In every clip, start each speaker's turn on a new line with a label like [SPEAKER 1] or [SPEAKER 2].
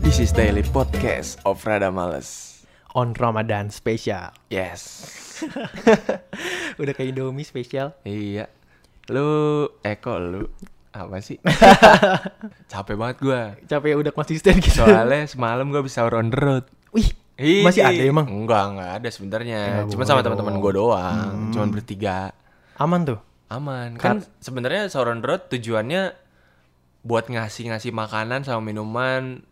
[SPEAKER 1] This is Daily Podcast of Rada Males.
[SPEAKER 2] on Ramadan spesial.
[SPEAKER 1] Yes.
[SPEAKER 2] Udah kayak Indomie spesial.
[SPEAKER 1] Iya. Lu Eko lu apa sih? Capek banget gua.
[SPEAKER 2] Capek udah konsisten gitu.
[SPEAKER 1] Soalnya semalam gua bisa on the road.
[SPEAKER 2] Wih,
[SPEAKER 1] Ih.
[SPEAKER 2] masih ada emang.
[SPEAKER 1] Enggak, enggak ada sebenarnya.
[SPEAKER 2] Nggak
[SPEAKER 1] Cuman
[SPEAKER 2] boleh
[SPEAKER 1] sama
[SPEAKER 2] dong.
[SPEAKER 1] teman-teman gua doang,
[SPEAKER 2] Hmm.
[SPEAKER 1] cuman bertiga.
[SPEAKER 2] Aman tuh.
[SPEAKER 1] Aman. Kan sebenarnya Sauron Road tujuannya buat ngasih-ngasih makanan sama minuman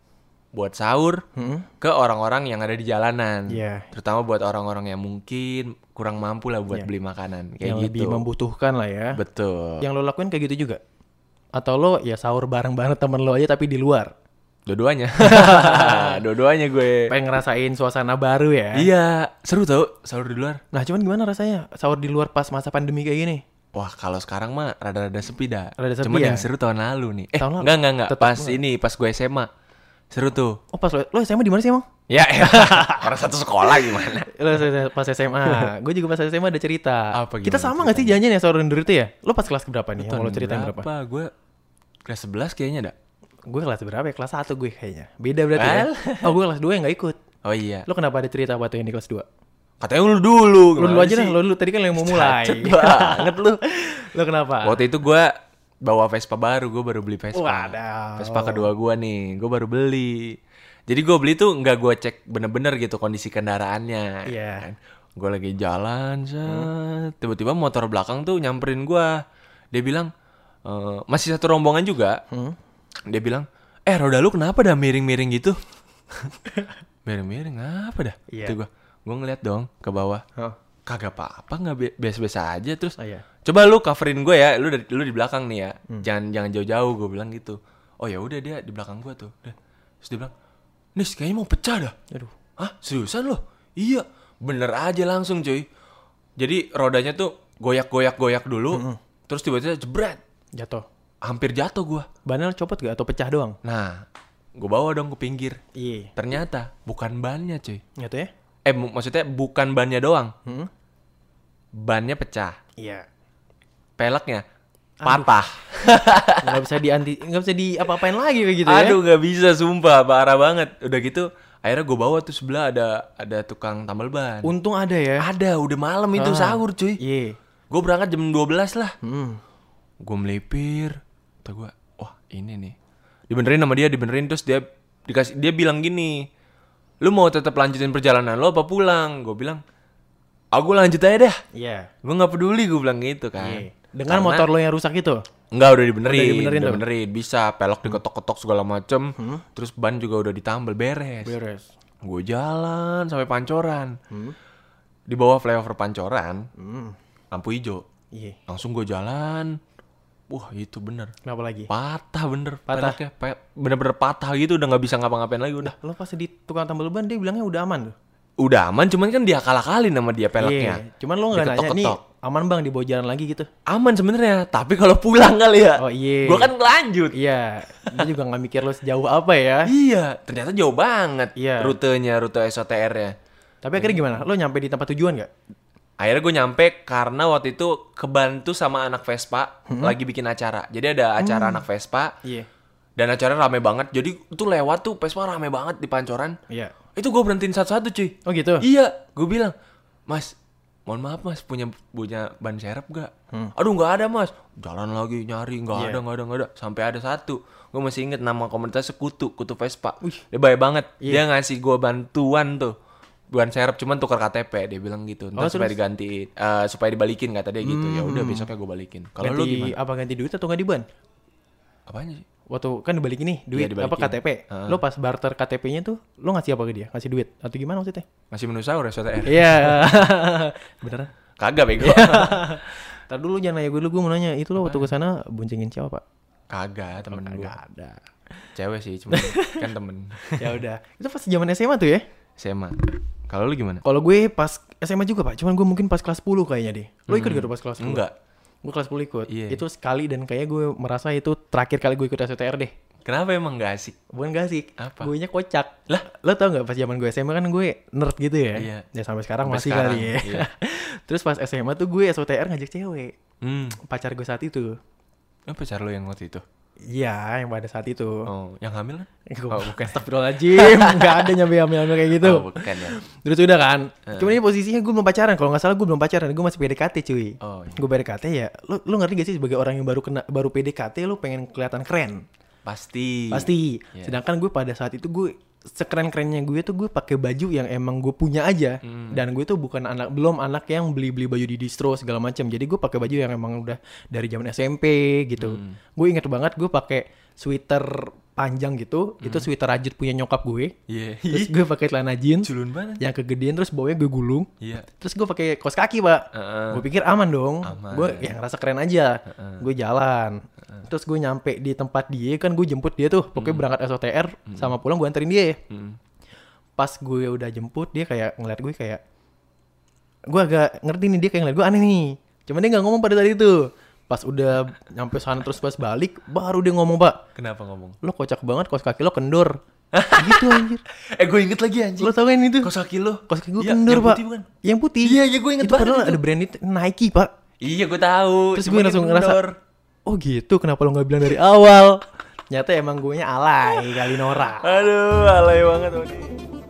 [SPEAKER 1] buat sahur ke orang-orang yang ada di jalanan.
[SPEAKER 2] Hmm? Iya.
[SPEAKER 1] Terutama buat orang-orang yang mungkin kurang mampu lah buat
[SPEAKER 2] Iya.
[SPEAKER 1] beli makanan kayak
[SPEAKER 2] Yang
[SPEAKER 1] gitu.
[SPEAKER 2] lebih membutuhkan lah ya.
[SPEAKER 1] Betul.
[SPEAKER 2] Yang lo lakuin kayak gitu juga. Atau lo ya sahur bareng-bareng temen lo aja tapi di luar.
[SPEAKER 1] Dua-duanya. Dua-duanya gue.
[SPEAKER 2] Pengen ngerasain suasana baru ya.
[SPEAKER 1] Iya, seru tau sahur di luar.
[SPEAKER 2] Nah cuman gimana rasanya sahur di luar pas masa pandemi kayak gini?
[SPEAKER 1] Wah, kalau sekarang mah rada-rada sepi dah.
[SPEAKER 2] Rada sepi
[SPEAKER 1] Cuman
[SPEAKER 2] ya?
[SPEAKER 1] yang seru tahun lalu nih. Eh,
[SPEAKER 2] Tahun lalu?
[SPEAKER 1] enggak enggak enggak.
[SPEAKER 2] Tetep
[SPEAKER 1] Pas ini, pas gue SMA. Seru tuh.
[SPEAKER 2] Oh pas lo, lo SMA di mana sih emang?
[SPEAKER 1] Ya, elah. orang satu sekolah gimana?
[SPEAKER 2] Lo pas SMA, gue juga pas SMA ada cerita.
[SPEAKER 1] Apa
[SPEAKER 2] Kita
[SPEAKER 1] gimana
[SPEAKER 2] sama gak sih janjian ya sahur di luar itu ya? Lo pas kelas berapa nih? Yang lo ceritain berapa?
[SPEAKER 1] Berapa? Gue kelas 11 kayaknya dah.
[SPEAKER 2] Gue kelas berapa ya? Kelas 1 gue kayaknya. Beda berarti ya?
[SPEAKER 1] Well.
[SPEAKER 2] Oh gue kelas 2 yang gak ikut.
[SPEAKER 1] Oh iya.
[SPEAKER 2] Lo kenapa ada cerita apa tuh yang di kelas 2?
[SPEAKER 1] Katanya lu dulu.
[SPEAKER 2] Lo dulu aja dah, lo dulu. Tadi kan lo yang mau mulai.
[SPEAKER 1] Cacet banget
[SPEAKER 2] lu. Lo kenapa?
[SPEAKER 1] Waktu itu gue bawa Vespa baru, gue baru beli Vespa.
[SPEAKER 2] Wadaw.
[SPEAKER 1] Vespa kedua gue nih, gue baru beli. Jadi gue beli tuh nggak gue cek bener-bener gitu kondisi kendaraannya.
[SPEAKER 2] Iya. Hmm.
[SPEAKER 1] Gue lagi jalan, set. tiba-tiba motor belakang tuh nyamperin gue. Dia bilang, "Eh, masih satu rombongan juga.
[SPEAKER 2] Hmm.
[SPEAKER 1] Dia bilang, eh roda lu kenapa dah miring-miring gitu? miring-miring apa dah?
[SPEAKER 2] Iya.
[SPEAKER 1] Itu gue, gue ngeliat dong ke bawah.
[SPEAKER 2] Oh,
[SPEAKER 1] Kagak apa-apa, nggak bi- biasa-biasa aja. Terus
[SPEAKER 2] oh iya.
[SPEAKER 1] Coba lu coverin gue ya, lu dari lu di belakang nih ya. Jangan jangan jauh-jauh gue bilang gitu. Oh ya udah dia di belakang gue tuh. Udah. Terus dia bilang, "Nis, kayaknya mau pecah dah."
[SPEAKER 2] Aduh.
[SPEAKER 1] Hah? Seriusan lo? Iya, bener aja langsung cuy. Jadi rodanya tuh goyak-goyak-goyak dulu, terus tiba-tiba jebret.
[SPEAKER 2] Jatuh.
[SPEAKER 1] Hampir jatuh gue.
[SPEAKER 2] Bannya lo copot gak? Atau pecah doang?
[SPEAKER 1] Nah, gue bawa dong ke pinggir.
[SPEAKER 2] Iya.
[SPEAKER 1] Ternyata bukan bannya cuy.
[SPEAKER 2] Jatuh ya?
[SPEAKER 1] Eh mu- maksudnya bukan bannya doang.
[SPEAKER 2] Hmm?
[SPEAKER 1] Bannya pecah.
[SPEAKER 2] Iya.
[SPEAKER 1] Peleknya patah.
[SPEAKER 2] Gak bisa dianti, gak bisa di apa-apain lagi kayak gitu ya?
[SPEAKER 1] Aduh nggak bisa sumpah parah banget. Udah gitu akhirnya gue bawa tuh sebelah ada ada tukang tambal ban.
[SPEAKER 2] Untung ada ya.
[SPEAKER 1] Ada udah malam itu sahur cuy.
[SPEAKER 2] Iya.
[SPEAKER 1] Gue berangkat jam 12 lah.
[SPEAKER 2] Hmm.
[SPEAKER 1] Gue melipir. Kata gue wah ini nih. Dibenerin sama dia dibenerin terus dia dikasih dia bilang gini. Lu mau tetap lanjutin perjalanan lo apa pulang? Gue bilang aku lanjut aja dah.
[SPEAKER 2] Iya.
[SPEAKER 1] Gue nggak peduli gue bilang gitu kan.
[SPEAKER 2] Iya. Dengan motor lo yang rusak itu?
[SPEAKER 1] Enggak udah dibenerin,
[SPEAKER 2] Udah
[SPEAKER 1] udah
[SPEAKER 2] dibenerin
[SPEAKER 1] dibenerin,
[SPEAKER 2] tuh. Hmm.
[SPEAKER 1] bisa pelok diketok-ketok segala macem, terus ban juga udah ditambal beres.
[SPEAKER 2] Beres.
[SPEAKER 1] Gue jalan sampai Pancoran, di bawah flyover Pancoran,
[SPEAKER 2] Hmm.
[SPEAKER 1] lampu hijau,
[SPEAKER 2] Iya.
[SPEAKER 1] langsung gue jalan, wah itu bener,
[SPEAKER 2] Kenapa lagi?
[SPEAKER 1] patah bener,
[SPEAKER 2] Patah.
[SPEAKER 1] peleknya, pe- bener-bener patah gitu udah nggak bisa ngapa-ngapain lagi udah,
[SPEAKER 2] Lo pas di tukang tambal ban dia bilangnya udah aman tuh.
[SPEAKER 1] udah aman, cuman kan dia kalah-kali nama dia peleknya.
[SPEAKER 2] Iya, Cuman lo nggak nanya nih
[SPEAKER 1] Diketok-ketok.
[SPEAKER 2] aman bang dibawa jalan lagi gitu.
[SPEAKER 1] Aman sebenarnya, tapi kalau pulang kali ya,
[SPEAKER 2] Oh, iya.
[SPEAKER 1] gue kan lanjut.
[SPEAKER 2] Iya. Dia juga nggak mikir lo sejauh apa ya.
[SPEAKER 1] Iya, ternyata jauh banget
[SPEAKER 2] Iya.
[SPEAKER 1] rutenya, rute SOTR-nya.
[SPEAKER 2] Tapi akhirnya
[SPEAKER 1] Iya.
[SPEAKER 2] gimana? Lo nyampe di tempat tujuan nggak?
[SPEAKER 1] Akhirnya gue nyampe karena waktu itu kebantu sama anak Vespa lagi bikin acara. Jadi ada acara anak Vespa
[SPEAKER 2] Iya.
[SPEAKER 1] dan acaranya rame banget. Jadi itu lewat tuh Vespa rame banget di pancoran.
[SPEAKER 2] Iya.
[SPEAKER 1] Itu gue berhentiin satu-satu cuy.
[SPEAKER 2] Oh gitu.
[SPEAKER 1] Iya, gue bilang, Mas, mohon maaf Mas punya punya ban serep gak?
[SPEAKER 2] Hmm.
[SPEAKER 1] Aduh nggak ada Mas. Jalan lagi nyari nggak
[SPEAKER 2] Iya.
[SPEAKER 1] ada nggak ada nggak ada. Sampai ada satu. Gue masih inget nama komunitas sekutu kutu Vespa. Dia baik banget.
[SPEAKER 2] Iya.
[SPEAKER 1] Dia ngasih gue bantuan tuh ban serep cuman tukar KTP dia bilang gitu
[SPEAKER 2] Oh,
[SPEAKER 1] Ntar supaya digantiin eh, supaya dibalikin kata dia gitu ya udah
[SPEAKER 2] Hmm.
[SPEAKER 1] besoknya gue balikin kalau lu
[SPEAKER 2] ganti
[SPEAKER 1] gimana
[SPEAKER 2] apa ganti duit atau nggak di ban?
[SPEAKER 1] apanya sih
[SPEAKER 2] Waktu kan dibalikin nih duit
[SPEAKER 1] Iya,
[SPEAKER 2] apa
[SPEAKER 1] dibalikin.
[SPEAKER 2] KTP? Lo pas barter KTP-nya tuh lo ngasih apa ke dia? Ngasih duit atau gimana maksudnya?
[SPEAKER 1] masih menu sahur ya SOTR
[SPEAKER 2] Iya. Beneran?
[SPEAKER 1] kagak bego
[SPEAKER 2] Ntar dulu jangan nanya gue dulu, gue mau nanya itu lo waktu kesana boncengin siapa pak?
[SPEAKER 1] kagak temen
[SPEAKER 2] Oh,
[SPEAKER 1] gue
[SPEAKER 2] ada.
[SPEAKER 1] cewek sih cuman kan temen
[SPEAKER 2] ya udah, itu pas zaman SMA tuh ya?
[SPEAKER 1] SMA kalau lu gimana
[SPEAKER 2] Kalau gue pas SMA juga pak, cuman gue mungkin pas kelas 10 kayaknya deh. Lo ikut gak tuh pas kelas 10?
[SPEAKER 1] Hmm. enggak
[SPEAKER 2] Gue kelas 10 ikut.
[SPEAKER 1] Iya.
[SPEAKER 2] Itu sekali dan kayak gue merasa itu terakhir kali gue ikut STR deh.
[SPEAKER 1] Kenapa emang gak asik?
[SPEAKER 2] Bukan gak sih?
[SPEAKER 1] Apa?
[SPEAKER 2] Gue nya kocak. Lah, lo tau gak pas zaman gue SMA kan gue nerd gitu ya?
[SPEAKER 1] Iya.
[SPEAKER 2] Ya sampai sekarang
[SPEAKER 1] Sampai
[SPEAKER 2] masih
[SPEAKER 1] sekarang,
[SPEAKER 2] kali ya.
[SPEAKER 1] iya.
[SPEAKER 2] Terus pas SMA tuh gue SOTR ngajak cewek.
[SPEAKER 1] Hmm,
[SPEAKER 2] Pacar gue saat itu.
[SPEAKER 1] apa pacar lo yang waktu itu?
[SPEAKER 2] Iya, yang pada saat itu.
[SPEAKER 1] Oh, yang hamil kan?
[SPEAKER 2] Gua-
[SPEAKER 1] Oh, bukan.
[SPEAKER 2] Astagfirullahaladzim, nggak ada nyampe hamil-hamil kayak gitu.
[SPEAKER 1] Oh, bukan Eh. ya.
[SPEAKER 2] Terus udah kan. Cuman ini posisinya gue belum pacaran. Kalau nggak salah gue belum pacaran. Gue masih PDKT cuy.
[SPEAKER 1] Oh, iya.
[SPEAKER 2] Gue PDKT ya. Lu, lu ngerti gak sih sebagai orang yang baru kena baru PDKT lu pengen kelihatan keren.
[SPEAKER 1] Pasti.
[SPEAKER 2] Pasti.
[SPEAKER 1] Iya.
[SPEAKER 2] Sedangkan gue pada saat itu gue sekeren-kerennya gue tuh gue pakai baju yang emang gue punya aja
[SPEAKER 1] Hmm.
[SPEAKER 2] dan gue tuh bukan anak belum anak yang beli-beli baju di distro segala macam. Jadi gue pakai baju yang emang udah dari zaman SMP gitu.
[SPEAKER 1] Hmm.
[SPEAKER 2] Gue inget banget gue pakai sweater panjang gitu.
[SPEAKER 1] Hmm.
[SPEAKER 2] Itu sweater rajut punya nyokap gue.
[SPEAKER 1] Iya.
[SPEAKER 2] Terus gue pakai celana jeans
[SPEAKER 1] Culun banget.
[SPEAKER 2] yang kegedean terus bawahnya gue gulung.
[SPEAKER 1] Iya.
[SPEAKER 2] Terus gue pakai kaos kaki, Pak.
[SPEAKER 1] Heeh.
[SPEAKER 2] Gue pikir aman dong.
[SPEAKER 1] Aman.
[SPEAKER 2] Gue yang ngerasa keren aja. Gue jalan. Terus gue nyampe di tempat dia kan gue jemput dia tuh.
[SPEAKER 1] Hmm.
[SPEAKER 2] Pokoknya berangkat SOTR sama pulang gue anterin dia.
[SPEAKER 1] Mm.
[SPEAKER 2] Pas gue udah jemput dia kayak ngeliat gue kayak gue agak ngerti nih dia kayak ngeliat gue aneh nih. Cuman dia nggak ngomong pada saat itu. Pas udah nyampe sana terus pas balik baru dia ngomong, "Pak,
[SPEAKER 1] Kenapa ngomong?
[SPEAKER 2] lo kocak banget kaos kaki lo kendor." gitu anjir.
[SPEAKER 1] Eh, gue inget lagi anjing.
[SPEAKER 2] Lo tau kan itu?
[SPEAKER 1] Kos kaki lo.
[SPEAKER 2] Kaos kaki gue
[SPEAKER 1] Iya,
[SPEAKER 2] kendor,
[SPEAKER 1] yang
[SPEAKER 2] Pak.
[SPEAKER 1] putih bukan?
[SPEAKER 2] Yang putih.
[SPEAKER 1] Iya, iya, gue inget
[SPEAKER 2] itu padahal
[SPEAKER 1] banget itu.
[SPEAKER 2] ada brand itu Nike, Pak.
[SPEAKER 1] Iya, gue tahu.
[SPEAKER 2] Terus
[SPEAKER 1] Cuma
[SPEAKER 2] gue langsung
[SPEAKER 1] kendor.
[SPEAKER 2] ngerasa, oh gitu, kenapa lo nggak bilang dari awal? Nyata emang gue nya alay kali Nora.
[SPEAKER 1] Aduh, alay banget Oni.